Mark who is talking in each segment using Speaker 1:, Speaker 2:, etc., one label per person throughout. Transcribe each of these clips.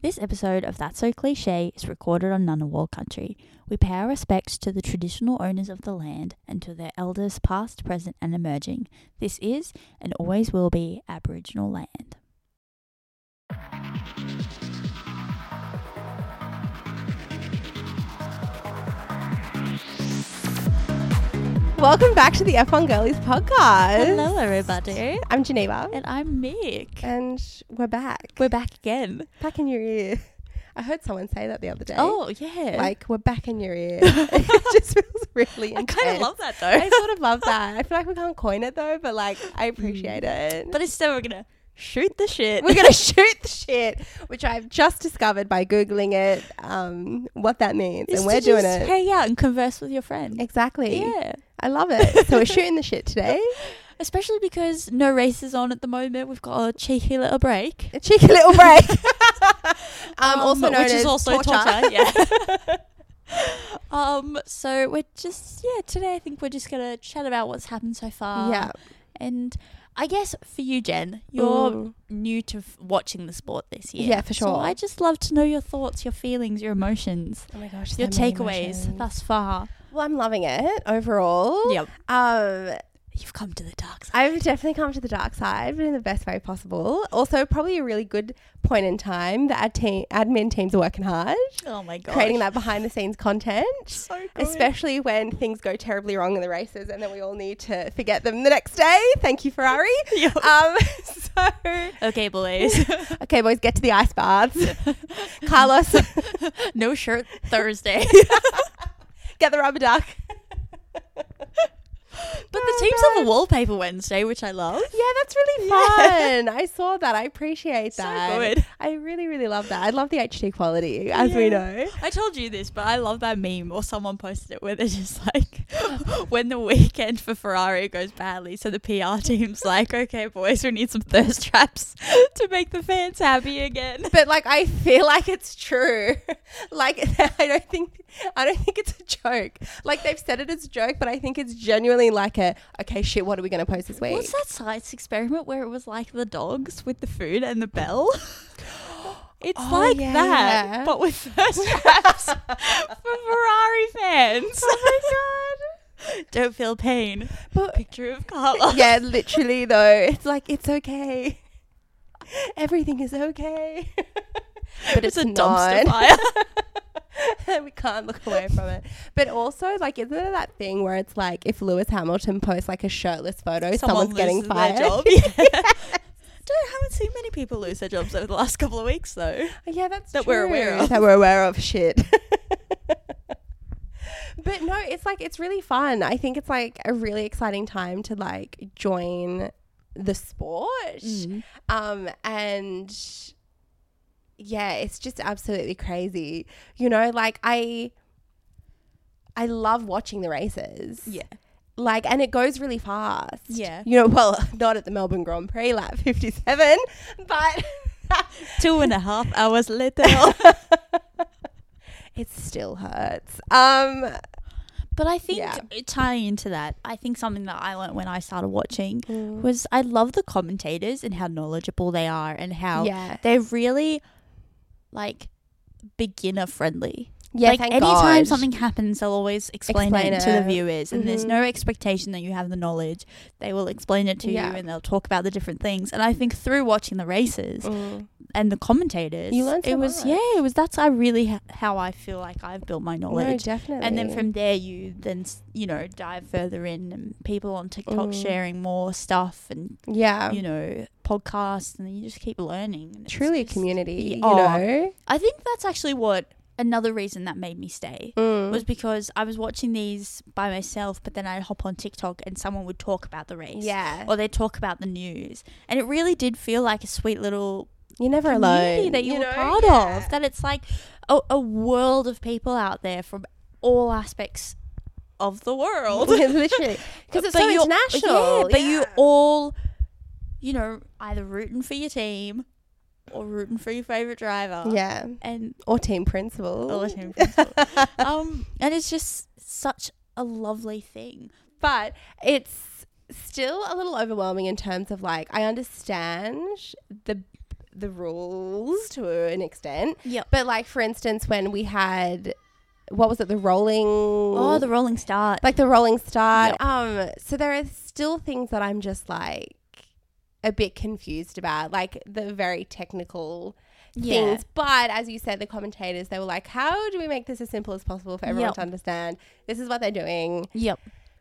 Speaker 1: This episode of That's So Cliche is recorded on Ngunnawal country. We pay our respects to the traditional owners of the land and to their elders past, present and emerging. This is and always will be Aboriginal land.
Speaker 2: Welcome back to the F1 Girlies podcast.
Speaker 1: Hello everybody.
Speaker 2: I'm Geneva.
Speaker 1: And I'm Mick.
Speaker 2: And we're back.
Speaker 1: We're back again.
Speaker 2: back in your ear. I heard someone say that the other day.
Speaker 1: Oh yeah.
Speaker 2: Like, we're back in your ear. it just feels really
Speaker 1: I
Speaker 2: intense.
Speaker 1: kind of love that though.
Speaker 2: I sort of love that. I feel like we can't coin it though, but like, I appreciate it.
Speaker 1: but instead we're gonna shoot the shit.
Speaker 2: we're gonna shoot the shit, which I've just discovered by googling it, um, what that means,
Speaker 1: Is
Speaker 2: and
Speaker 1: to
Speaker 2: we're doing
Speaker 1: just
Speaker 2: it
Speaker 1: Hang out and converse with your friend.
Speaker 2: exactly.
Speaker 1: Yeah.
Speaker 2: I love it. So we're shooting the shit today.
Speaker 1: Especially because no race is on at the moment. We've got a cheeky little break.
Speaker 2: A cheeky little break. um, also
Speaker 1: which
Speaker 2: known
Speaker 1: is
Speaker 2: as
Speaker 1: also torture, yeah. um, so we're just yeah, today I think we're just gonna chat about what's happened so far.
Speaker 2: yeah.
Speaker 1: And I guess for you, Jen, you're
Speaker 2: Mm.
Speaker 1: new to f- watching the sport this year.
Speaker 2: Yeah, for
Speaker 1: So
Speaker 2: sure.
Speaker 1: I just love to know your thoughts, your feelings, your emotions,
Speaker 2: Oh my gosh.
Speaker 1: your
Speaker 2: so many
Speaker 1: takeaways
Speaker 2: emotions.
Speaker 1: thus far.
Speaker 2: Well, I'm loving it overall.
Speaker 1: Yep.
Speaker 2: Um,
Speaker 1: You've come to the dark side.
Speaker 2: I've definitely come to the dark side, but in the best way possible. Also, probably a really good point in time that our team, admin teams are working hard,
Speaker 1: Oh my god.
Speaker 2: creating that behind the scenes content.
Speaker 1: so good.
Speaker 2: Especially when things go terribly wrong in the races, and then we all need to forget them the next day. Thank you, Ferrari.
Speaker 1: Yep.
Speaker 2: Um, so,
Speaker 1: Okay, boys.
Speaker 2: okay, boys, get to the ice baths. Carlos,
Speaker 1: no shirt Thursday.
Speaker 2: get the rubber duck.
Speaker 1: But the team's on the wallpaper Wednesday, which I love.
Speaker 2: Yeah, that's really fun. I saw that. I appreciate
Speaker 1: So
Speaker 2: that.
Speaker 1: good.
Speaker 2: I really, really love that. I love the HD quality, as
Speaker 1: Yeah.
Speaker 2: we know.
Speaker 1: I told you this, but I love that meme or someone posted it where they're just like, when the weekend for Ferrari goes badly, so the PR team's like, okay, boys, we need some thirst traps to make the fans happy again.
Speaker 2: But like, I feel like it's true. like, I don't think, I don't think it's a joke. Like they've said it as a joke, but I think it's genuinely like a okay, shit. What are we gonna post this week?
Speaker 1: What's that science experiment where it was like the dogs with the food and the bell? It's
Speaker 2: Oh,
Speaker 1: like
Speaker 2: yeah,
Speaker 1: that,
Speaker 2: yeah.
Speaker 1: but with thirst traps for Ferrari fans.
Speaker 2: Oh
Speaker 1: my god. Don't feel pain.
Speaker 2: But
Speaker 1: Picture of Carla.
Speaker 2: yeah, literally though, it's like it's okay. Everything is okay. but
Speaker 1: it's,
Speaker 2: it's,
Speaker 1: a dumpster
Speaker 2: not.
Speaker 1: fire.
Speaker 2: we can't look away from it. But also, like, isn't it that thing where it's like if Lewis Hamilton posts like a shirtless photo, someone's getting
Speaker 1: loses their
Speaker 2: fired?
Speaker 1: job. Yeah. Don't haven't seen many people lose their jobs over the last couple of weeks though.
Speaker 2: Oh, Yeah, that's
Speaker 1: That we're aware
Speaker 2: true.
Speaker 1: of.
Speaker 2: That we're aware of. Shit. but no, it's like it's really fun. I think it's like a really exciting time to like join the sport.
Speaker 1: Mm.
Speaker 2: Um, and yeah, it's just absolutely crazy. You know, like I I love watching the races.
Speaker 1: Yeah.
Speaker 2: Like and it goes really fast.
Speaker 1: Yeah.
Speaker 2: You know, well, not at the Melbourne Grand Prix lap 57, but
Speaker 1: Two and a half hours later.
Speaker 2: it still hurts. Um
Speaker 1: but I think
Speaker 2: Yeah.
Speaker 1: tying into that, I think something that I learned when I started watching was I love the commentators and how knowledgeable they are and how
Speaker 2: yeah.
Speaker 1: they're really like beginner friendly.
Speaker 2: Yeah,
Speaker 1: like
Speaker 2: thank
Speaker 1: anytime
Speaker 2: God.
Speaker 1: something happens, they'll always explain,
Speaker 2: Explain
Speaker 1: it, to the
Speaker 2: it.
Speaker 1: viewers, and there's
Speaker 2: Mhm.
Speaker 1: no expectation that you have the knowledge. They will explain it to
Speaker 2: Yeah.
Speaker 1: you, and they'll talk about the different things. And I think through watching the races
Speaker 2: Mm.
Speaker 1: and the commentators,
Speaker 2: You learn so
Speaker 1: it was
Speaker 2: much.
Speaker 1: yeah, it was that's I really h how I feel like I've built my
Speaker 2: No,
Speaker 1: knowledge.
Speaker 2: definitely.
Speaker 1: and then from there, you then s- you know dive further in, and people on TikTok
Speaker 2: Mm.
Speaker 1: sharing more stuff, and
Speaker 2: yeah,
Speaker 1: you know podcasts, and then you just keep learning. and it's
Speaker 2: truly a
Speaker 1: just- Yeah.
Speaker 2: community. You
Speaker 1: Oh.
Speaker 2: know.
Speaker 1: I think that's actually what another reason that made me stay
Speaker 2: Mm.
Speaker 1: was because I was watching these by myself, but then I'd hop on TikTok and someone would talk about the race.
Speaker 2: yeah.
Speaker 1: Or they'd talk about the news. And it really did feel like a sweet little
Speaker 2: You're never
Speaker 1: community
Speaker 2: alone.
Speaker 1: that you, were
Speaker 2: know?
Speaker 1: part
Speaker 2: Yeah.
Speaker 1: of. That it's like a, a world of people out there from all aspects of the world.
Speaker 2: Yeah, literally because it's so
Speaker 1: you're-
Speaker 2: international.
Speaker 1: Yeah, but you
Speaker 2: yeah.
Speaker 1: all, you know, either rooting for your team or rooting for your favourite driver.
Speaker 2: yeah,
Speaker 1: And
Speaker 2: or team principal.
Speaker 1: all the team principal. um, and it's just such a lovely thing.
Speaker 2: but it's still a little overwhelming in terms of like I understand the the rules to an extent.
Speaker 1: Yep.
Speaker 2: But like for instance, when we had what was it, the rolling
Speaker 1: Oh, the rolling start.
Speaker 2: like the rolling start. Um, so there are still things that I'm just like a bit confused about, like the very technical
Speaker 1: Yeah.
Speaker 2: things. But as you said, the commentators they were like, "How do we make this as simple as possible for everyone
Speaker 1: Yep.
Speaker 2: to understand? This is what they're doing,"
Speaker 1: Yep.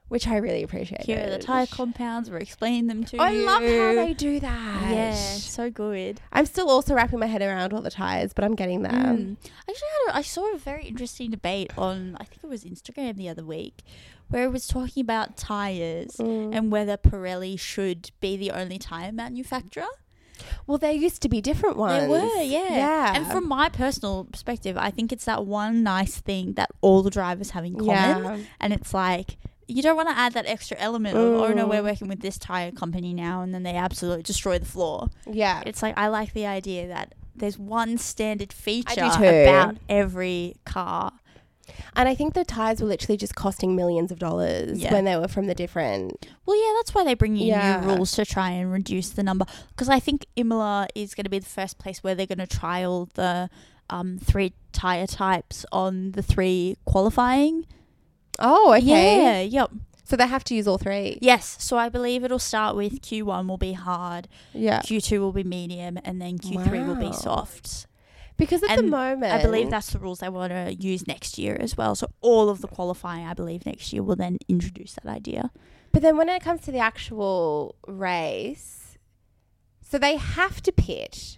Speaker 2: which I really appreciate.
Speaker 1: Here are the tire compounds. We're explaining them to
Speaker 2: I
Speaker 1: you.
Speaker 2: love how they do that.
Speaker 1: Yeah, so good.
Speaker 2: I'm still also wrapping my head around all the tires, but I'm getting there.
Speaker 1: Mm. I actually had a, I saw a very interesting debate on I think it was Instagram the other week where it was talking about tires
Speaker 2: Mm.
Speaker 1: and whether Pirelli should be the only tire manufacturer.
Speaker 2: Well, there used to be different ones.
Speaker 1: They were, yeah.
Speaker 2: Yeah.
Speaker 1: And from my personal perspective, I think it's that one nice thing that all the drivers have in common.
Speaker 2: Yeah.
Speaker 1: And it's like, you don't want to add that extra element of, oh no,
Speaker 2: Mm.
Speaker 1: we're working with this tire company now, and then they absolutely destroy the floor.
Speaker 2: Yeah.
Speaker 1: It's like, I like the idea that there's one standard feature
Speaker 2: too.
Speaker 1: about every car.
Speaker 2: And I think the tires were literally just costing millions of dollars
Speaker 1: Yeah.
Speaker 2: when they were from the different.
Speaker 1: Well, yeah, that's why they bring in
Speaker 2: Yeah.
Speaker 1: new rules to try and reduce the number. Because I think Imola is going to be the first place where they're going to trial the um, three tire types on the three qualifying.
Speaker 2: Oh,
Speaker 1: Yeah.
Speaker 2: okay.
Speaker 1: Yep.
Speaker 2: So they have to use all three.
Speaker 1: Yes. So I believe it'll start with Q1 will be hard,
Speaker 2: Yeah.
Speaker 1: Q2 will be medium, and then Q3 will
Speaker 2: Uh. Wow.
Speaker 1: be soft.
Speaker 2: Because at the
Speaker 1: And
Speaker 2: moment,
Speaker 1: I believe that's the rules they want to use next year as well. So all of the qualifying, I believe, next year will then introduce that idea.
Speaker 2: But then when it comes to the actual race, so they have to pit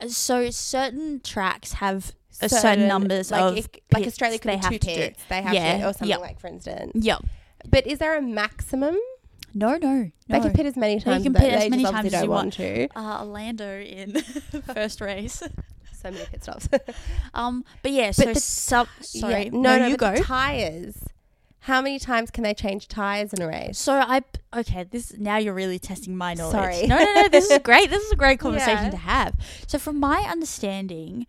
Speaker 1: Uh, So certain tracks have A certain numbers
Speaker 2: like
Speaker 1: of
Speaker 2: if, like
Speaker 1: pits
Speaker 2: Australia could
Speaker 1: they
Speaker 2: be
Speaker 1: have
Speaker 2: two
Speaker 1: to do.
Speaker 2: pits. They have
Speaker 1: Yeah,
Speaker 2: to, or something
Speaker 1: yep.
Speaker 2: like for instance.
Speaker 1: yep.
Speaker 2: But is there a maximum?
Speaker 1: No, no,
Speaker 2: They
Speaker 1: no.
Speaker 2: can pit as many
Speaker 1: They
Speaker 2: times.
Speaker 1: can
Speaker 2: that
Speaker 1: pit as
Speaker 2: they
Speaker 1: many
Speaker 2: just obviously
Speaker 1: times as
Speaker 2: don't
Speaker 1: you
Speaker 2: want to.
Speaker 1: uh, Lando in first race.
Speaker 2: So many pit stops.
Speaker 1: Um, but yeah, so
Speaker 2: the-
Speaker 1: sub. Sorry,
Speaker 2: Yeah.
Speaker 1: no, you
Speaker 2: but
Speaker 1: go.
Speaker 2: the tires. How many times can they change tires in a race?
Speaker 1: so I okay. This now you're really testing my knowledge.
Speaker 2: Sorry.
Speaker 1: No, no, no. This is great. This is a great conversation
Speaker 2: Yeah.
Speaker 1: to have. So from my understanding,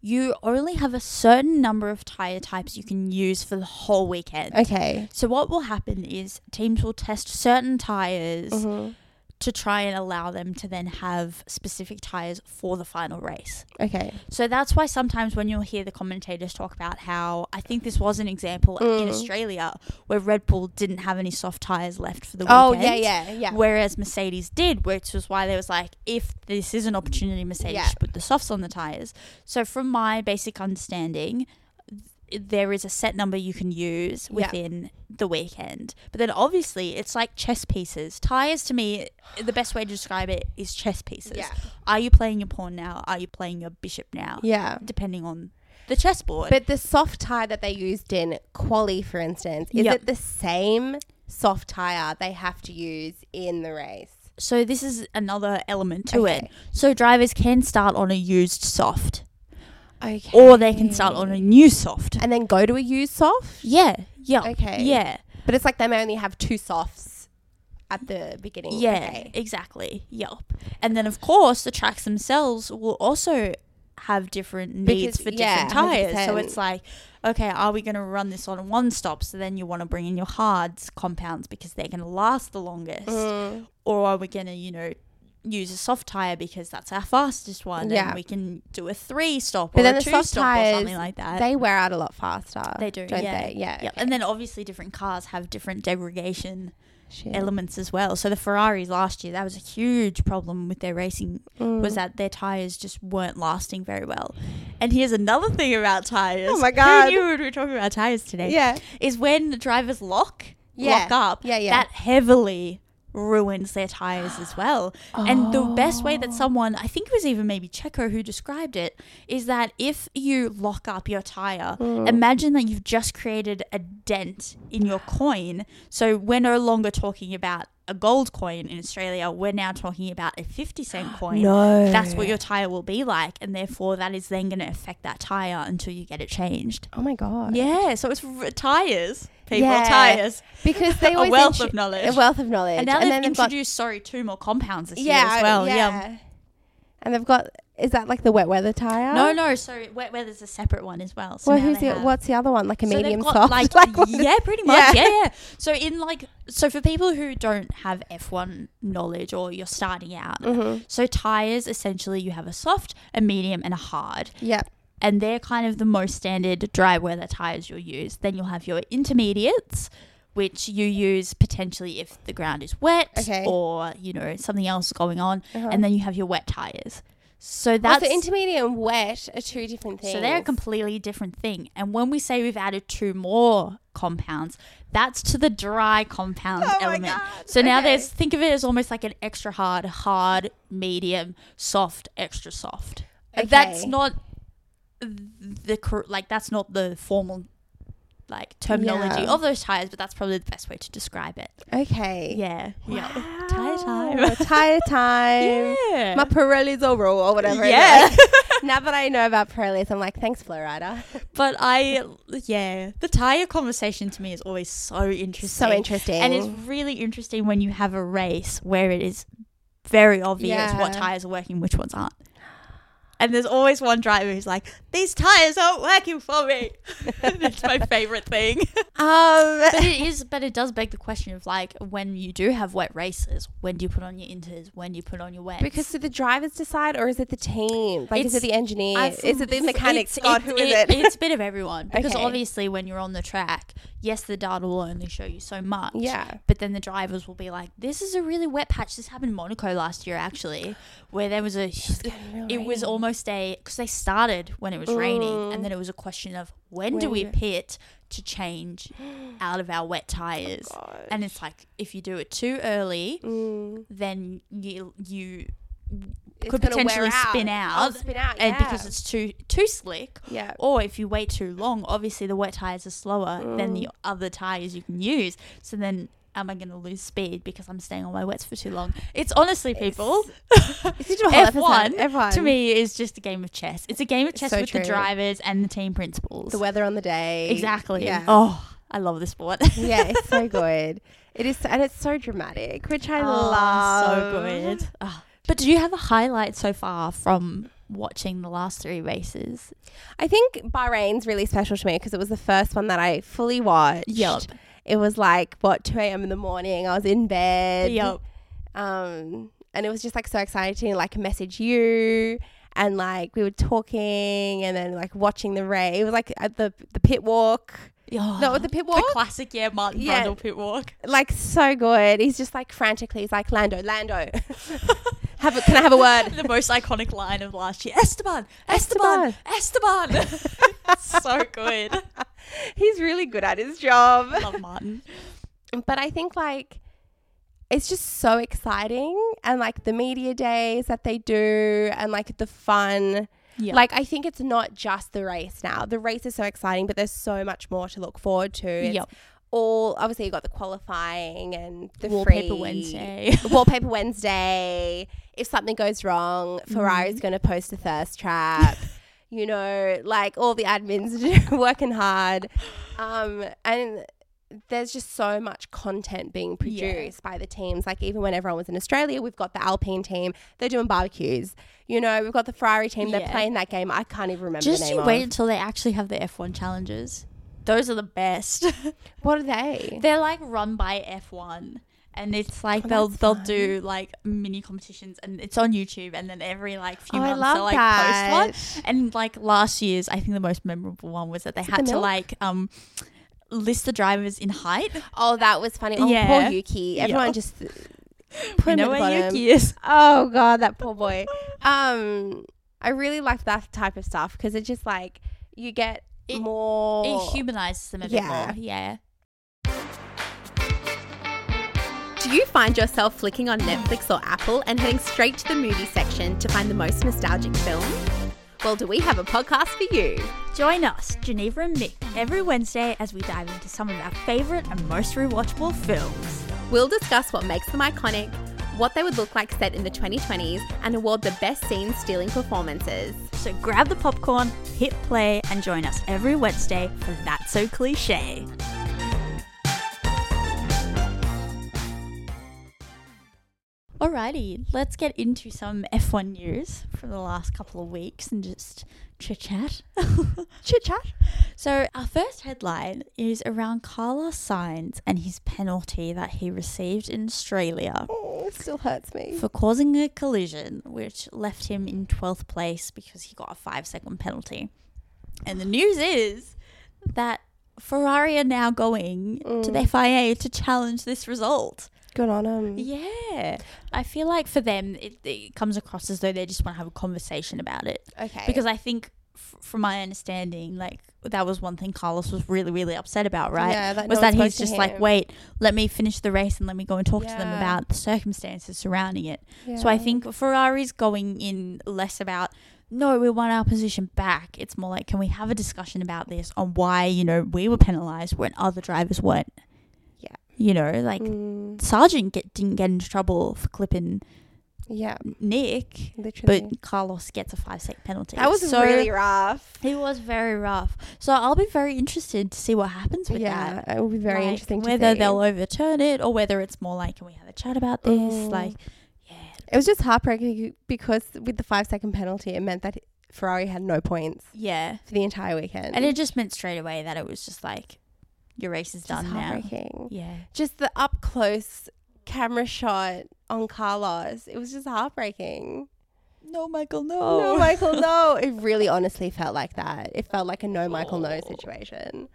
Speaker 1: you only have a certain number of tire types you can use for the whole weekend.
Speaker 2: Okay.
Speaker 1: So what will happen is teams will test certain tires
Speaker 2: Mm-hmm.
Speaker 1: to try and allow them to then have specific tires for the final race.
Speaker 2: Okay.
Speaker 1: So that's why sometimes when you'll hear the commentators talk about how I think this was an example
Speaker 2: Mm.
Speaker 1: in Australia where Red Bull didn't have any soft tires left for the
Speaker 2: Oh
Speaker 1: weekend.
Speaker 2: yeah, yeah, yeah.
Speaker 1: Whereas Mercedes did, which was why they was like, if this is an opportunity, Mercedes
Speaker 2: Yeah.
Speaker 1: should put the softs on the tires. So from my basic understanding, th- there is a set number you can use
Speaker 2: Yeah.
Speaker 1: within the weekend. But then obviously it's like chess pieces. Tires to me, the best way to describe it is chess pieces.
Speaker 2: Yeah.
Speaker 1: Are you playing your pawn now? Are you playing your bishop now?
Speaker 2: Yeah.
Speaker 1: Depending on the chessboard.
Speaker 2: But the soft tire that they used in quali, for instance, is
Speaker 1: Yep.
Speaker 2: it the same soft tire they have to use in the race?
Speaker 1: so this is another element to it.
Speaker 2: Okay.
Speaker 1: So drivers can start on a used soft.
Speaker 2: Okay.
Speaker 1: or they can start on a new soft.
Speaker 2: and then go to a used soft.
Speaker 1: Mm. Yeah, yeah,
Speaker 2: Okay.
Speaker 1: yeah,
Speaker 2: But it's like they may only have two softs at the beginning.
Speaker 1: yeah,
Speaker 2: Okay.
Speaker 1: exactly. Yep. And then of course the tracks themselves will also have different needs
Speaker 2: Because-
Speaker 1: for
Speaker 2: yeah,
Speaker 1: different tires. So
Speaker 2: 100%.
Speaker 1: it's like, okay, are we going to run this on one stop? So then you want to bring in your hards compounds because they're going to last the longest,
Speaker 2: Mm.
Speaker 1: or are we going to, you know? Use a soft tire because that's our fastest one,
Speaker 2: Yeah.
Speaker 1: and we can do a three stop
Speaker 2: But
Speaker 1: or
Speaker 2: then
Speaker 1: a
Speaker 2: the
Speaker 1: two
Speaker 2: soft
Speaker 1: stop or
Speaker 2: tires,
Speaker 1: something like that.
Speaker 2: They wear out a lot faster.
Speaker 1: They do,
Speaker 2: uh, don't
Speaker 1: yeah.
Speaker 2: they? Yeah.
Speaker 1: Yep.
Speaker 2: okay.
Speaker 1: And then obviously different cars have different degradation
Speaker 2: Shit.
Speaker 1: elements as well. So the Ferraris last year, that was a huge problem with their racing
Speaker 2: Mm.
Speaker 1: was that their tires just weren't lasting very well. And here's another thing about tires.
Speaker 2: Oh my God.
Speaker 1: Who knew we were talking about tires today?
Speaker 2: Yeah.
Speaker 1: Is when the drivers lock,
Speaker 2: Yeah.
Speaker 1: lock up,
Speaker 2: Yeah, yeah.
Speaker 1: that heavily ruins their tires as well. And the best way
Speaker 2: Oh.
Speaker 1: that someone, I think it was even maybe Checo who described it, is that if you lock up your tire,
Speaker 2: Mm.
Speaker 1: imagine that you've just created a dent in your coin. So we're no longer talking about a gold coin in Australia, we're now talking about a 50 cent coin.
Speaker 2: No.
Speaker 1: That's what your tire will be like, and therefore that is then going to affect that tire until you get it changed.
Speaker 2: Oh my god.
Speaker 1: Yeah, so it's r- tires, people,
Speaker 2: Yeah.
Speaker 1: tires.
Speaker 2: Because they
Speaker 1: A
Speaker 2: always
Speaker 1: wealth
Speaker 2: intro-
Speaker 1: of knowledge.
Speaker 2: A wealth of knowledge.
Speaker 1: And now they've
Speaker 2: then they've got
Speaker 1: introduced, sorry, two more compounds this year as well. Yeah.
Speaker 2: And they've got is that like the wet weather tire?
Speaker 1: No, no. So wet weather's a separate one as well. So
Speaker 2: well,
Speaker 1: now
Speaker 2: who's
Speaker 1: they
Speaker 2: the,
Speaker 1: have-
Speaker 2: what's the other one? Like a
Speaker 1: So they've
Speaker 2: medium
Speaker 1: got,
Speaker 2: soft?
Speaker 1: Like,
Speaker 2: what is-
Speaker 1: yeah, pretty much.
Speaker 2: Yeah.
Speaker 1: Yeah. yeah, So in like, so for people who don't have F1 knowledge or you're starting out,
Speaker 2: Mhm.
Speaker 1: so tires essentially you have a soft, a medium, and a hard,
Speaker 2: Yep.
Speaker 1: and they're kind of the most standard dry weather tires you'll use. Then you'll have your intermediates. Which you use potentially if the ground is wet
Speaker 2: Okay.
Speaker 1: or you know something else is going on,
Speaker 2: Uh-huh.
Speaker 1: and then you have your wet tires. So
Speaker 2: Oh,
Speaker 1: that's
Speaker 2: so intermediate and wet are two different things.
Speaker 1: so they're a completely different thing. And when we say we've added two more compounds, that's to the dry compound
Speaker 2: Oh my
Speaker 1: element.
Speaker 2: God,
Speaker 1: So now
Speaker 2: okay.
Speaker 1: there's think of it as almost like an extra hard, hard, medium, soft, extra soft. And That's
Speaker 2: Okay.
Speaker 1: not the cor- like that's not the formal like terminology
Speaker 2: Yeah.
Speaker 1: of those tires, but that's probably the best way to describe it.
Speaker 2: okay.
Speaker 1: Yeah. Yeah. Tire
Speaker 2: Wow,
Speaker 1: time.
Speaker 2: tire time.
Speaker 1: yeah.
Speaker 2: My Pirelli's all raw or whatever.
Speaker 1: Yeah.
Speaker 2: like, now that I know about Pirellis, I'm like, thanks, Flowrider.
Speaker 1: But I, yeah, the tire conversation to me is always so interesting.
Speaker 2: So interesting.
Speaker 1: And it's really interesting when you have a race where it is very obvious what
Speaker 2: Yeah.
Speaker 1: tires are working, which ones aren't. And there's always one driver who's like, these tires aren't working for me. That's my favorite thing.
Speaker 2: um,
Speaker 1: But it is, but it does beg the question of like, when you do have wet races, when do you put on your inters? When do you put on your wets?
Speaker 2: because do the drivers decide or is it the team? Like, is it
Speaker 1: It's-
Speaker 2: the engineer?
Speaker 1: I-
Speaker 2: is it the
Speaker 1: it's-
Speaker 2: mechanics?
Speaker 1: it's-
Speaker 2: God,
Speaker 1: it's-
Speaker 2: who is it?
Speaker 1: It's a bit of everyone because
Speaker 2: Okay.
Speaker 1: obviously when you're on the track, yes, the data will only show you so much.
Speaker 2: Yeah.
Speaker 1: But then the drivers will be like, "This is a really wet patch." This happened in Monaco last year, actually, where there was a.
Speaker 2: real
Speaker 1: It was almost a because they started when it was raining, and then it was a question of when, do
Speaker 2: Mm. When Oh,
Speaker 1: we
Speaker 2: do-
Speaker 1: pit to change out of our wet tires, and it's like if you do it too early,
Speaker 2: Mm.
Speaker 1: then you you
Speaker 2: It's
Speaker 1: could
Speaker 2: gonna wear
Speaker 1: potentially spin
Speaker 2: Oh,
Speaker 1: out,
Speaker 2: spin out,
Speaker 1: and
Speaker 2: yeah.
Speaker 1: because it's too too slick.
Speaker 2: Yeah.
Speaker 1: Or if you wait too long, obviously the wet tires are slower than
Speaker 2: Mm.
Speaker 1: the other tires you can use. So then, am I going to lose speed because I'm staying on my wets for too long? It's honestly, people,
Speaker 2: It's such a whole
Speaker 1: F
Speaker 2: episode.
Speaker 1: one to
Speaker 2: Everyone.
Speaker 1: me is just a game of chess. It's a game of chess
Speaker 2: so
Speaker 1: with the
Speaker 2: true.
Speaker 1: drivers and the team principals.
Speaker 2: The weather on the day.
Speaker 1: exactly.
Speaker 2: Yeah.
Speaker 1: Oh, I love this sport.
Speaker 2: yeah, it's so good. It is, and it's so dramatic, which I
Speaker 1: Oh,
Speaker 2: love.
Speaker 1: So good. Oh. But do you have a highlight so far from watching the last three races?
Speaker 2: I think Bahrain's really special to me because it was the first one that I fully watched.
Speaker 1: Yup.
Speaker 2: It was like what 2 a.m. in the morning. I was in bed.
Speaker 1: Yup.
Speaker 2: Um, and it was just like so exciting to like message you and like we were talking and then like watching the ray. It was like at the the pit walk. No,
Speaker 1: Oh,
Speaker 2: the pit walk.
Speaker 1: The classic, yeah, Martin
Speaker 2: Yeah.
Speaker 1: Brundle pit walk.
Speaker 2: like so good. He's just like frantically. He's like Lando, Lando. have a, can I have a word?
Speaker 1: the most iconic line of last year Esteban, Esteban, Esteban. so good.
Speaker 2: He's really good at his job.
Speaker 1: Love Martin.
Speaker 2: but I think like it's just so exciting and like the media days that they do and like the fun.
Speaker 1: Yeah.
Speaker 2: Like I think it's not just the race now. The race is so exciting, but there's so much more to look forward to. It's
Speaker 1: Yep.
Speaker 2: All obviously you got the qualifying and the
Speaker 1: Wallpaper
Speaker 2: free-
Speaker 1: Wednesday.
Speaker 2: Wallpaper Wednesday. If something goes wrong, Ferrari's going to post a thirst trap. you know, like all the admins working hard. Um, and there's just so much content being produced by the teams. Like even when everyone was in Australia, we've got the Alpine team. They're doing barbecues. You know, we've got the Ferrari team. They're
Speaker 1: Yeah.
Speaker 2: playing that game. I can't even remember the
Speaker 1: Just
Speaker 2: name
Speaker 1: you
Speaker 2: of.
Speaker 1: wait until they actually have the F1 challenges. Those are the best.
Speaker 2: What are they?
Speaker 1: They're like run by F1. And it's like
Speaker 2: Oh,
Speaker 1: they'll
Speaker 2: that's
Speaker 1: they'll do like mini competitions and it's on YouTube and then every like few
Speaker 2: Oh, I
Speaker 1: months
Speaker 2: love
Speaker 1: they'll like post
Speaker 2: that.
Speaker 1: one. And like last year's I think the most memorable one was that they
Speaker 2: it
Speaker 1: had
Speaker 2: the
Speaker 1: to
Speaker 2: milk?
Speaker 1: like um list the drivers in height.
Speaker 2: Oh, that was funny. Oh,
Speaker 1: Yeah.
Speaker 2: poor Yuki. Everyone
Speaker 1: Yeah.
Speaker 2: just put
Speaker 1: You
Speaker 2: him
Speaker 1: know
Speaker 2: in the
Speaker 1: where
Speaker 2: bottom.
Speaker 1: Yuki is.
Speaker 2: Oh god, that poor boy. Um, I really like that type of stuff because it's just like you get
Speaker 1: It-
Speaker 2: more.
Speaker 1: It humanizes them a bit
Speaker 2: Oh. Yeah.
Speaker 1: more. Yeah.
Speaker 3: Do you find yourself flicking on Netflix or Apple and heading straight to the movie section to find the most nostalgic film? Well, do we have a podcast for you?
Speaker 1: Join us, Geneva and Mick, every Wednesday as we dive into some of our favourite and most rewatchable films.
Speaker 3: We'll discuss what makes them iconic, what they would look like set in the 2020s, and award the best scene stealing performances.
Speaker 1: So grab the popcorn, hit play, and join us every Wednesday for That's So Cliche. Alrighty, let's get into some F1 news from the last couple of weeks and just chit chat.
Speaker 2: Chit chat.
Speaker 1: So, our first headline is around Carlos Sainz and his penalty that he received in Australia
Speaker 2: Oh, it still hurts me.
Speaker 1: for causing a collision, which left him in 12th place because he got a five second penalty. And the news is that Ferrari are now going to
Speaker 2: Mm.
Speaker 1: the FIA to challenge this result.
Speaker 2: Good on him.
Speaker 1: Yeah. I feel like for them, it, it comes across as though they just want to have a conversation about it.
Speaker 2: Okay.
Speaker 1: Because I think, f- from my understanding, like that was one thing Carlos was really, really upset about, right?
Speaker 2: Yeah, that no
Speaker 1: was
Speaker 2: one
Speaker 1: that
Speaker 2: spoke
Speaker 1: he's
Speaker 2: to
Speaker 1: just like,
Speaker 2: him.
Speaker 1: wait, let me finish the race and let me go and talk to them
Speaker 2: Yeah.
Speaker 1: about the circumstances surrounding it. So I
Speaker 2: Yeah.
Speaker 1: think Ferrari's going in less about. No, we want our position back. It's more like, can we have a discussion about this on why, you know, we were penalised when other drivers weren't?
Speaker 2: Yeah.
Speaker 1: You know, like
Speaker 2: Mm,
Speaker 1: Sergeant get, didn't get into trouble for clipping
Speaker 2: yeah,
Speaker 1: Nick,
Speaker 2: literally.
Speaker 1: but Carlos gets a five second penalty.
Speaker 2: that was
Speaker 1: So-
Speaker 2: really rough.
Speaker 1: It was very rough. So I'll be very interested to see what happens with
Speaker 2: Yeah,
Speaker 1: that.
Speaker 2: it would be very
Speaker 1: Like,
Speaker 2: interesting. To
Speaker 1: whether
Speaker 2: see.
Speaker 1: they'll overturn it or whether it's more like, can we have a chat about this?
Speaker 2: Mm.
Speaker 1: Like,
Speaker 2: It was just heartbreaking because with the five second penalty, it meant that Ferrari had no points
Speaker 1: yeah.
Speaker 2: for the entire weekend.
Speaker 1: And it just meant straight away that it was just like, your race is
Speaker 2: It's
Speaker 1: done now.
Speaker 2: heartbreaking.
Speaker 1: Yeah.
Speaker 2: Just the up close camera shot on Carlos. It was just heartbreaking.
Speaker 1: No, Michael,
Speaker 2: No, Michael, no. It really honestly felt like that. It felt like a no, Michael, no
Speaker 1: Oh.
Speaker 2: situation.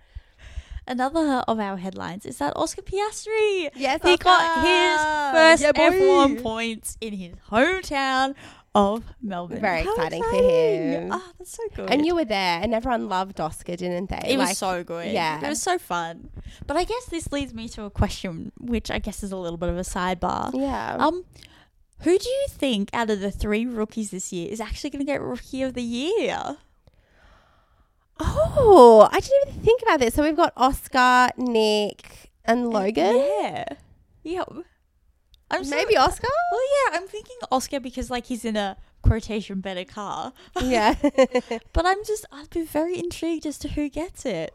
Speaker 1: Another of our headlines is that Oscar Piastri
Speaker 2: Yes,
Speaker 1: He got his first F1 points in his hometown of Melbourne.
Speaker 2: Very exciting for him.
Speaker 1: Ah, that's so good.
Speaker 2: And you were there, and everyone loved Oscar, didn't they?
Speaker 1: it
Speaker 2: Like,
Speaker 1: was so good.
Speaker 2: yeah.
Speaker 1: It was so fun. But I guess this leads me to a question, which I guess is a little bit of a sidebar.
Speaker 2: Yeah.
Speaker 1: Um, who do you think out of the three rookies this year is actually going to get Rookie of the Year?
Speaker 2: Oh, I didn't even think about this. So we've got Oscar, Nick, and Logan.
Speaker 1: Yeah. Yep. I'm so-
Speaker 2: Maybe Oscar?
Speaker 1: Well, yeah, I'm thinking Oscar because like he's in a quotation better car.
Speaker 2: yeah.
Speaker 1: But I'm just I'd be very intrigued as to who gets it.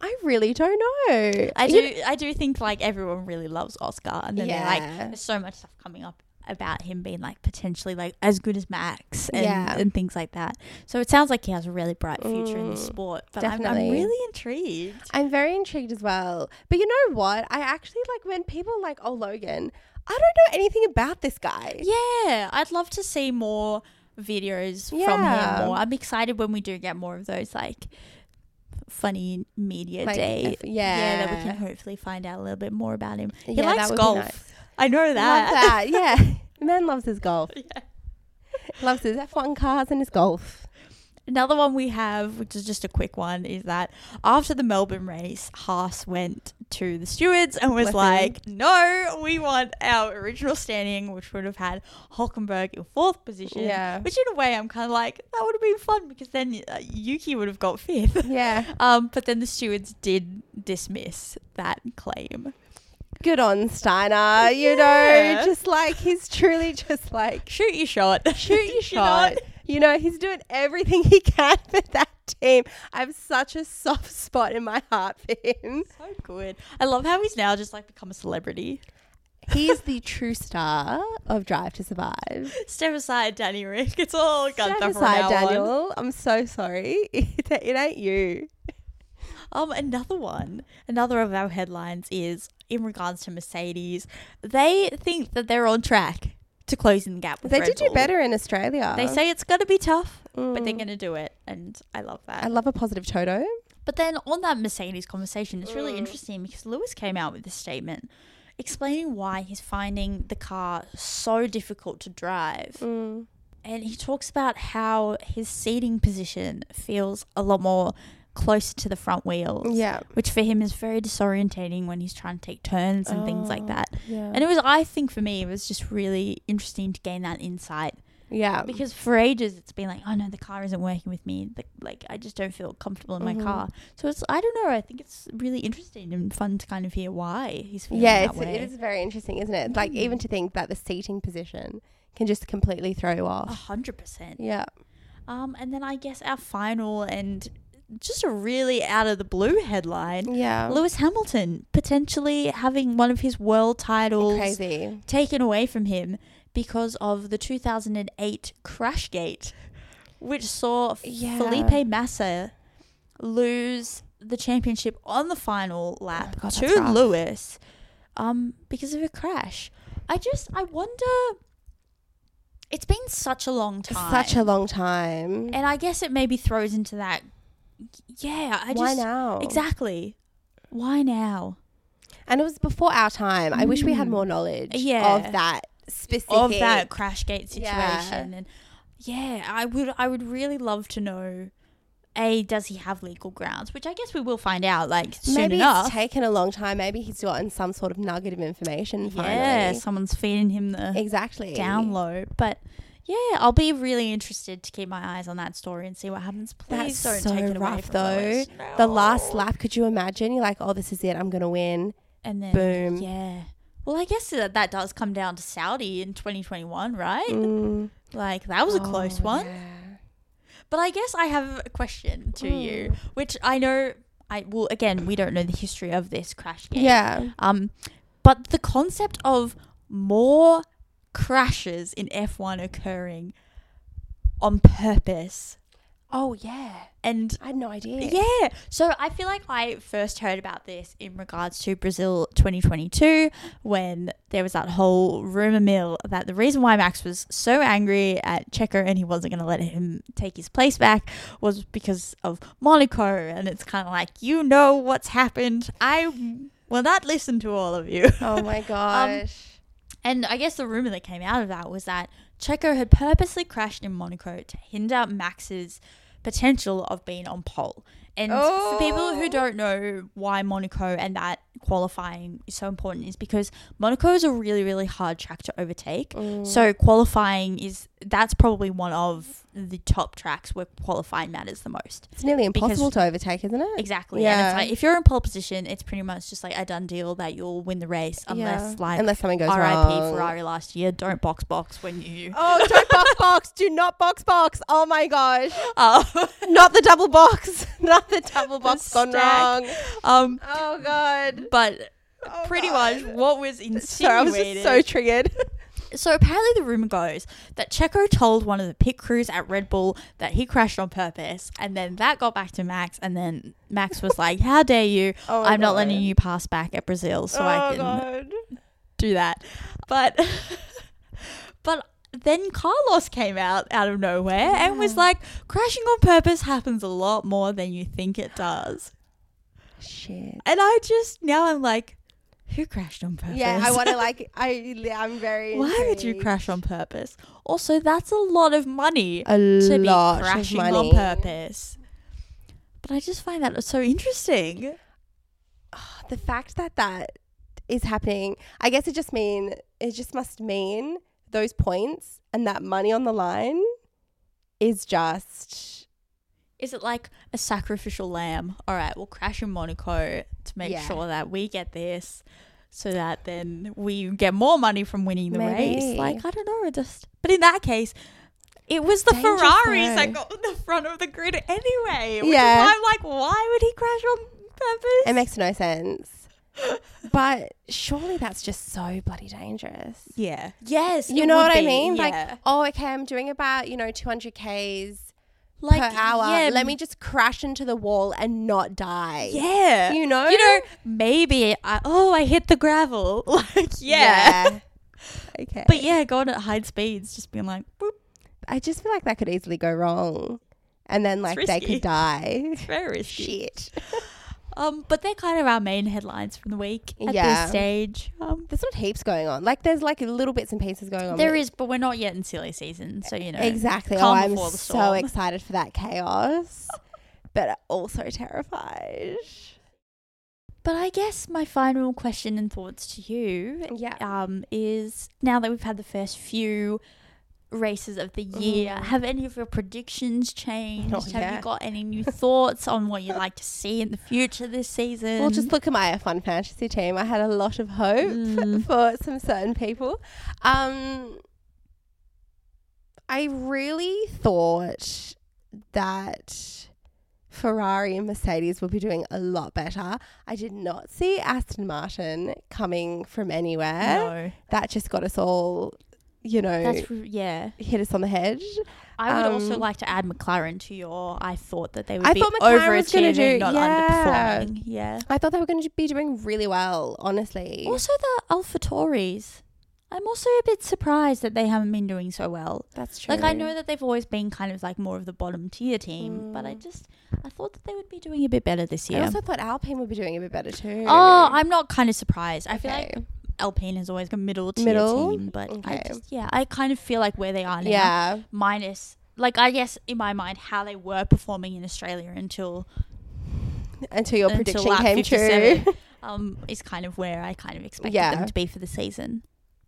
Speaker 2: I really don't know.
Speaker 1: I do
Speaker 2: You-
Speaker 1: I do think like everyone really loves Oscar and then they're like
Speaker 2: Yeah.
Speaker 1: there's so much stuff coming up about him being like potentially like as good as Max and,
Speaker 2: Yeah.
Speaker 1: and things like that. So it sounds like he has a really bright future in the
Speaker 2: Mm,
Speaker 1: sport. But I'm, I'm
Speaker 2: definitely.
Speaker 1: really intrigued.
Speaker 2: I'm very intrigued as well. But you know what? I actually like when people are like, oh, Logan, I don't know anything about this guy.
Speaker 1: Yeah. I'd love to see more videos from
Speaker 2: Yeah.
Speaker 1: him more. I'm excited when we do get more of those like funny media
Speaker 2: Like,
Speaker 1: day.
Speaker 2: if-
Speaker 1: yeah, that we
Speaker 2: yeah.
Speaker 1: can hopefully find out a little bit more about him. He
Speaker 2: Yeah, that
Speaker 1: likes
Speaker 2: would be
Speaker 1: golf.
Speaker 2: nice.
Speaker 1: I know
Speaker 2: Love
Speaker 1: that.
Speaker 2: that. Yeah. The Man loves his golf. Loves his F1 cars and his golf.
Speaker 1: Another one we have, which is just a quick one, is that after the Melbourne race, Haas went to the stewards and was
Speaker 2: Bless him.
Speaker 1: like, "No, we want our original standing, which would have had Hulkenberg in fourth position."
Speaker 2: Yeah.
Speaker 1: Which in a way, I'm kind of like, that would have been fun because then uh, Yuki would have got fifth.
Speaker 2: Yeah.
Speaker 1: Um, but then the stewards did dismiss that claim.
Speaker 2: Good on Steiner. You
Speaker 1: Yeah.
Speaker 2: know, just like he's truly just like
Speaker 1: Shoot your shot.
Speaker 2: shoot your
Speaker 1: You know?
Speaker 2: shot. You know, he's doing everything he can for that team. I have such a soft spot in my heart for him.
Speaker 1: So good. I love how he's now just like become a celebrity.
Speaker 2: He's the true star of Drive to Survive.
Speaker 1: Step aside, Danny Rick. It's all Gunther
Speaker 2: Stand
Speaker 1: from
Speaker 2: aside,
Speaker 1: now on.
Speaker 2: Daniel. I'm so sorry. It, it ain't you.
Speaker 1: Um, another one, another of our headlines is in regards to Mercedes. They think that they're on track to closing the gap with
Speaker 2: They
Speaker 1: Red
Speaker 2: did do
Speaker 1: Bull.
Speaker 2: better in Australia.
Speaker 1: They say it's going to be tough, but they're
Speaker 2: Mm.
Speaker 1: going to do it, and I love that.
Speaker 2: I love a positive Toto.
Speaker 1: But then on that Mercedes conversation, it's really
Speaker 2: Mm.
Speaker 1: interesting because Lewis came out with this statement explaining why he's finding the car so difficult to drive.
Speaker 2: Mm.
Speaker 1: And he talks about how his seating position feels a lot more closer to the front wheels,
Speaker 2: Yeah.
Speaker 1: which for him is very disorientating when he's trying to take turns and things like
Speaker 2: Oh,
Speaker 1: that.
Speaker 2: Yeah.
Speaker 1: And it was, I think for me, it was just really interesting to gain that insight
Speaker 2: yeah.
Speaker 1: because for ages it's been like, oh no, the car isn't working with me. The, like I just don't feel comfortable in my
Speaker 2: Mhm.
Speaker 1: car. So it's I don't know. I think it's really interesting and fun to kind of hear why he's feeling
Speaker 2: Yeah,
Speaker 1: that
Speaker 2: it's,
Speaker 1: way.
Speaker 2: it is very interesting, isn't it? Like,
Speaker 1: Mm.
Speaker 2: even to think that the seating position can just completely throw you
Speaker 1: A
Speaker 2: off.
Speaker 1: hundred percent.
Speaker 2: Oh. Yeah.
Speaker 1: Um, and then I guess our final and just a really out of the blue headline:
Speaker 2: Yeah.
Speaker 1: Lewis Hamilton potentially having one of his world titles
Speaker 2: Crazy.
Speaker 1: taken away from him because of the 2008 Crashgate, which saw
Speaker 2: Yeah.
Speaker 1: Felipe Massa lose the championship on the final lap
Speaker 2: Oh God, that's
Speaker 1: to
Speaker 2: rough.
Speaker 1: Lewis um, because of a crash. I just, I wonder. It's been such a long time.
Speaker 2: Such a long time.
Speaker 1: And I guess it maybe throws into that. Yeah, I
Speaker 2: Why
Speaker 1: just
Speaker 2: now?
Speaker 1: exactly. Why now?
Speaker 2: And it was before our time. I wish we had
Speaker 1: Mm.
Speaker 2: more knowledge
Speaker 1: Yeah.
Speaker 2: of that specific
Speaker 1: Of that Crashgate situation,
Speaker 2: Yeah.
Speaker 1: and yeah, I would, I would really love to know. A, does he have legal grounds? Which I guess we will find out like soon
Speaker 2: Maybe
Speaker 1: enough.
Speaker 2: it's taken a long time. Maybe he's gotten some sort of nugget of information finally.
Speaker 1: yeah, someone's feeding him the
Speaker 2: Exactly.
Speaker 1: down low, but. Yeah, I'll be really interested to keep my eyes on that story and see what happens. Please
Speaker 2: That's
Speaker 1: don't
Speaker 2: so
Speaker 1: take it away
Speaker 2: rough
Speaker 1: from
Speaker 2: though.
Speaker 1: Lois.
Speaker 2: The last lap, could you imagine? You're like, oh, this is it. I'm going to win.
Speaker 1: and then
Speaker 2: Boom.
Speaker 1: Yeah. Well, I guess that that does come down to Saudi in 2021, right?
Speaker 2: Mm.
Speaker 1: Like that was a close
Speaker 2: Oh,
Speaker 1: one.
Speaker 2: yeah.
Speaker 1: But I guess I have a question to you,
Speaker 2: Hmm.
Speaker 1: which I know I well again we don't know the history of this crash game.
Speaker 2: Yeah.
Speaker 1: Um, but the concept of more crashes in F1 occurring on purpose
Speaker 2: Oh, yeah.
Speaker 1: and
Speaker 2: I had no idea.
Speaker 1: yeah. So I feel like I first heard about this in regards to Brazil 2022 when there was that whole rumor mill that the reason why Max was so angry at Checo and he wasn't going to let him take his place back was because of Monaco. And it's kind of like, you know what's happened. I will not listen to all of you.
Speaker 2: Oh, my gosh.
Speaker 1: And I guess the rumor that came out of that was that Checo had purposely crashed in Monaco to hinder Max's potential of being on pole. And for people who
Speaker 2: Oh.
Speaker 1: don't know why Monaco and that qualifying is so important is because Monaco is a really really hard track to overtake.
Speaker 2: Mm.
Speaker 1: So qualifying is that's probably one of the top tracks where qualifying matters the most.
Speaker 2: it's nearly
Speaker 1: because-
Speaker 2: impossible to overtake, isn't it?
Speaker 1: Exactly. And
Speaker 2: Yeah.
Speaker 1: it's like if you're in pole position, it's pretty much just like a done deal that you'll win the race unless
Speaker 2: Yeah.
Speaker 1: like
Speaker 2: Unless something goes
Speaker 1: RIP
Speaker 2: wrong.
Speaker 1: Ferrari last year. Don't box box when you.
Speaker 2: Oh, don't box box. Do not box box. Oh my gosh.
Speaker 1: Oh.
Speaker 2: Not the double box. Not the double box gone
Speaker 1: stack.
Speaker 2: wrong.
Speaker 1: um,
Speaker 2: Oh god.
Speaker 1: but pretty much what was insinuated.
Speaker 2: So I was just so triggered.
Speaker 1: So apparently the rumor goes that Checo told one of the pit crews at Red Bull that he crashed on purpose, and then that got back to Max, and then Max was like, "How dare you?
Speaker 2: Oh,
Speaker 1: I'm not letting
Speaker 2: God. Oh,
Speaker 1: you pass back at Brazil, so I can
Speaker 2: god.
Speaker 1: do that." But but then Carlos came out out of nowhere and was like, "Crashing on purpose happens a lot more than you think it does."
Speaker 2: Shit.
Speaker 1: And I just now I'm like, who crashed on purpose?
Speaker 2: Yeah, I want to like. I I'm very.
Speaker 1: Why would you
Speaker 2: intrigued.
Speaker 1: crash on purpose? Also, that's a lot of money
Speaker 2: A
Speaker 1: to be
Speaker 2: lot
Speaker 1: crashing
Speaker 2: of
Speaker 1: on
Speaker 2: money.
Speaker 1: purpose. But I just find that so interesting.
Speaker 2: The fact that that is happening, I guess it just mean it just must mean those points and that money on the line is just
Speaker 1: Is it like a sacrificial lamb? All right, we'll crash in Monaco to make
Speaker 2: Yeah.
Speaker 1: sure that we get this, so that then we get more money from winning the race.
Speaker 2: Maybe.
Speaker 1: Like I don't know, it just. But in that case, it was the
Speaker 2: Dangerous,
Speaker 1: Ferraris that
Speaker 2: though.
Speaker 1: got in the front of the grid anyway. Which
Speaker 2: Yeah.
Speaker 1: is why I'm like, why would he crash on purpose?
Speaker 2: it makes no sense. But surely that's just so bloody dangerous.
Speaker 1: yeah. Yes.
Speaker 2: You
Speaker 1: it
Speaker 2: know
Speaker 1: would
Speaker 2: what I
Speaker 1: be,
Speaker 2: mean?
Speaker 1: yeah.
Speaker 2: Like, oh, okay, I'm doing about, you know, 200Ks
Speaker 1: like
Speaker 2: per hour.
Speaker 1: yeah,
Speaker 2: Let me just crash into the wall and not die.
Speaker 1: Yeah.
Speaker 2: You know?
Speaker 1: You know, maybe I, oh, I hit the gravel. Like, yeah.
Speaker 2: Yeah. okay.
Speaker 1: But yeah, going at high speeds, just being like, boop,
Speaker 2: I just feel like that could easily go wrong. And then, like, they
Speaker 1: risky.
Speaker 2: could die.
Speaker 1: very risky.
Speaker 2: Shit.
Speaker 1: Um, but they're kind of our main headlines from the week at
Speaker 2: Yeah.
Speaker 1: this stage. Um,
Speaker 2: There's not heaps going on. Like, there's like little bits and pieces going on.
Speaker 1: there
Speaker 2: but-
Speaker 1: is, but we're not yet in silly season, so you know.
Speaker 2: Exactly. Oh,
Speaker 1: Calm
Speaker 2: I'm
Speaker 1: before the
Speaker 2: so
Speaker 1: storm.
Speaker 2: excited for that chaos, but also terrified.
Speaker 1: But I guess my final question and thoughts to you
Speaker 2: Yeah.
Speaker 1: um, is now that we've had the first few races of the year,
Speaker 2: Mm.
Speaker 1: have any of your predictions changed?
Speaker 2: Oh,
Speaker 1: have
Speaker 2: yeah.
Speaker 1: you got any new thoughts on what you'd like to see in the future this season?
Speaker 2: Well, just look at my F1 fantasy team. I had a lot of hope
Speaker 1: Mm.
Speaker 2: for some certain people. Um, I really thought that Ferrari and Mercedes would be doing a lot better. I did not see Aston Martin coming from anywhere.
Speaker 1: no.
Speaker 2: That just got us all you know,
Speaker 1: That's r- yeah.
Speaker 2: hit us on the head.
Speaker 1: I would also
Speaker 2: Um,
Speaker 1: like to add McLaren to your. I thought that they would
Speaker 2: I
Speaker 1: be
Speaker 2: thought McLaren was gonna
Speaker 1: overachieving,
Speaker 2: do-
Speaker 1: not
Speaker 2: yeah.
Speaker 1: underperforming. Yeah.
Speaker 2: I thought they were going to be doing really well, honestly.
Speaker 1: Also the AlphaTauris. I'm also a bit surprised that they haven't been doing so well.
Speaker 2: That's
Speaker 1: Like I know that they've always been kind of like more of the bottom tier team, but I
Speaker 2: Mm.
Speaker 1: just I thought that they would be doing a bit better this
Speaker 2: I
Speaker 1: year.
Speaker 2: also thought Alpine would be doing a bit better too.
Speaker 1: Oh, I'm not kind of surprised. I feel like
Speaker 2: Okay.
Speaker 1: Alpine is always a middle tier
Speaker 2: Middle?
Speaker 1: team, but I
Speaker 2: Okay.
Speaker 1: just yeah, I kind of feel like where they are now.
Speaker 2: yeah.
Speaker 1: Minus like I guess in my mind how they were performing in Australia until
Speaker 2: Until your
Speaker 1: until
Speaker 2: prediction
Speaker 1: lap
Speaker 2: came
Speaker 1: 57.
Speaker 2: true.
Speaker 1: um is kind of where I kind of expected
Speaker 2: Yeah.
Speaker 1: them to be for the season.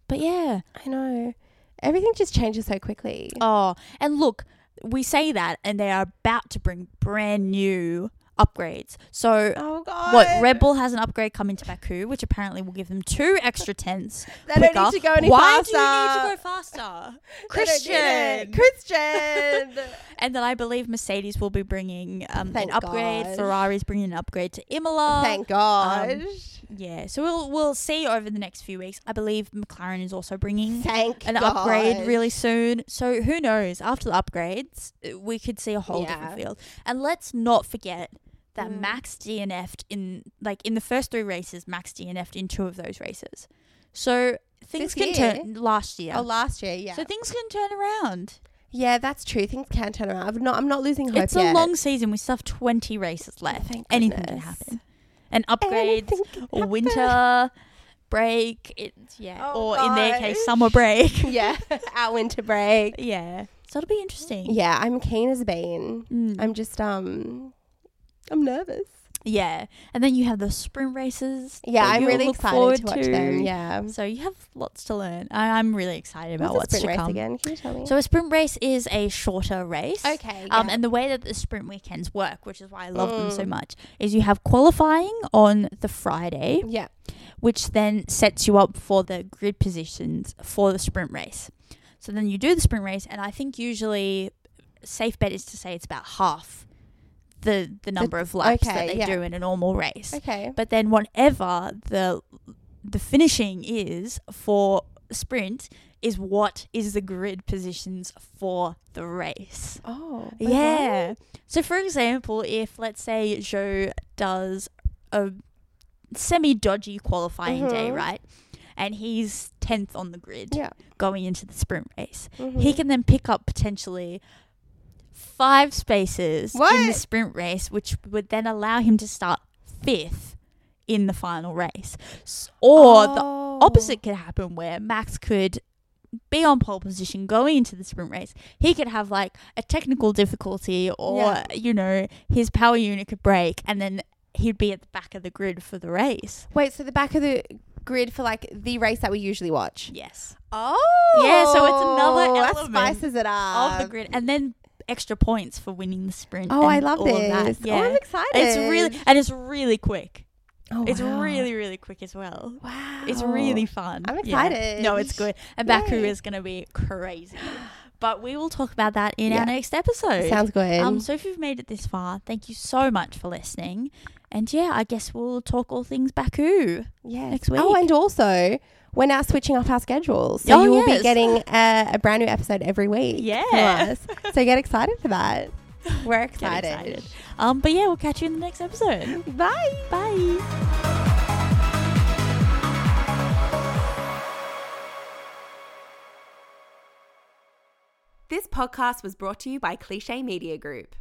Speaker 1: But yeah.
Speaker 2: I know. Everything just changes so quickly.
Speaker 1: Oh, and look, we say that and they are about to bring brand new upgrades. So
Speaker 2: Oh god.
Speaker 1: what Red Bull has an upgrade coming to Baku, which apparently will give them two extra tenths.
Speaker 2: They don't need
Speaker 1: quicker.
Speaker 2: to go any
Speaker 1: Why do you need to
Speaker 2: faster?
Speaker 1: go faster,
Speaker 2: They don't need it.
Speaker 1: Christian?
Speaker 2: Christian.
Speaker 1: And then I believe Mercedes will be bringing um, an
Speaker 2: Thank
Speaker 1: upgrade.
Speaker 2: gosh.
Speaker 1: Ferrari's bringing an upgrade to Imola.
Speaker 2: Thank God.
Speaker 1: yeah, so we'll we'll see over the next few weeks. I believe McLaren is also bringing
Speaker 2: Thank
Speaker 1: an
Speaker 2: God.
Speaker 1: upgrade really soon. So who knows? After the upgrades, uh, we could see a whole different
Speaker 2: Yeah.
Speaker 1: field. And let's not forget that
Speaker 2: Mm.
Speaker 1: Max DNF'd in like in the first three races. Max DNF'd in two of those races. So things
Speaker 2: This
Speaker 1: can turn last year.
Speaker 2: Oh, last year, yeah.
Speaker 1: So things can turn around.
Speaker 2: yeah, that's true. Things can turn around. I'm not. I'm not losing hope
Speaker 1: it's
Speaker 2: yet.
Speaker 1: a long season. We still have twenty races left.
Speaker 2: Thank
Speaker 1: Anything can
Speaker 2: goodness.
Speaker 1: happen. An upgrade,
Speaker 2: Anything can
Speaker 1: or
Speaker 2: happen.
Speaker 1: winter break. It's yeah,
Speaker 2: Oh,
Speaker 1: or in their case,
Speaker 2: gosh.
Speaker 1: summer break.
Speaker 2: yeah, our winter break.
Speaker 1: yeah, so it'll be interesting.
Speaker 2: Yeah, I'm keen as a bean.
Speaker 1: Mm.
Speaker 2: I'm just um, I'm nervous.
Speaker 1: Yeah, and then you have the sprint races.
Speaker 2: Yeah,
Speaker 1: that
Speaker 2: I'm
Speaker 1: you'll
Speaker 2: really
Speaker 1: look
Speaker 2: excited
Speaker 1: forward
Speaker 2: to watch them. Yeah.
Speaker 1: So you have lots to learn. I- I'm really excited about what's,
Speaker 2: What's a sprint
Speaker 1: to
Speaker 2: race
Speaker 1: come.
Speaker 2: again? Can you tell me?
Speaker 1: So a sprint race is a shorter race.
Speaker 2: okay.
Speaker 1: Um,
Speaker 2: yeah.
Speaker 1: and the way that the sprint weekends work, which is why I love them so
Speaker 2: Mm.
Speaker 1: much, is you have qualifying on the Friday,
Speaker 2: yeah.
Speaker 1: which then sets you up for the grid positions for the sprint race. So then you do the sprint race, and I think usually safe bet is to say it's about half the the number of laps
Speaker 2: okay,
Speaker 1: that they
Speaker 2: yeah.
Speaker 1: do in a normal race.
Speaker 2: Okay.
Speaker 1: But oh, then whatever the the finishing is for sprint is what is the grid positions for the race.
Speaker 2: Oh. my
Speaker 1: yeah.
Speaker 2: God.
Speaker 1: So for example, if let's say Joe does a semi dodgy qualifying day,
Speaker 2: Mhm.
Speaker 1: right? And he's 10th on the grid
Speaker 2: Yeah.
Speaker 1: going into the sprint race. He
Speaker 2: Mhm.
Speaker 1: can then pick up potentially five spaces in the
Speaker 2: What?
Speaker 1: sprint race, which would then allow him to start fifth in the final race. S- Or the
Speaker 2: Oh.
Speaker 1: opposite could happen where Max could be on pole position going into the sprint race. He could have like a technical difficulty or,
Speaker 2: Yeah.
Speaker 1: you know, his power unit could break and then he'd be at the back of the grid for the race.
Speaker 2: Wait. So the back of the grid for like the race that we usually watch.
Speaker 1: Yes.
Speaker 2: Oh.
Speaker 1: Yeah, so it's another
Speaker 2: That
Speaker 1: element
Speaker 2: spices it up.
Speaker 1: of the grid. And then extra points for winning the sprint.
Speaker 2: Um, Oh, I
Speaker 1: and
Speaker 2: love
Speaker 1: all of that.
Speaker 2: this.
Speaker 1: Yeah.
Speaker 2: Oh, I'm excited.
Speaker 1: it's really and it's really quick.
Speaker 2: Oh,
Speaker 1: It's
Speaker 2: wow.
Speaker 1: really, really quick as well.
Speaker 2: Wow.
Speaker 1: It's really fun.
Speaker 2: Oh, I'm
Speaker 1: Yeah.
Speaker 2: excited.
Speaker 1: No, it's good. And Baku
Speaker 2: Yay.
Speaker 1: is going to be crazy. But we will talk about that in
Speaker 2: Yeah.
Speaker 1: our next episode.
Speaker 2: Sounds good.
Speaker 1: um, so if you've made it this far, thank you so much for listening. And yeah, I guess we'll talk all things Baku.
Speaker 2: yeah.
Speaker 1: next
Speaker 2: Oh,
Speaker 1: week.
Speaker 2: and also we're now switching up our schedules, so
Speaker 1: Oh,
Speaker 2: you will
Speaker 1: yes.
Speaker 2: be getting a, a brand new episode every week.
Speaker 1: Yeah.
Speaker 2: from us. so get excited for that. We're
Speaker 1: Get
Speaker 2: excited.
Speaker 1: excited. Um, but yeah, we'll catch you in the next episode.
Speaker 2: Bye.
Speaker 1: Bye.
Speaker 3: This podcast was brought to you by Cliche Media Group.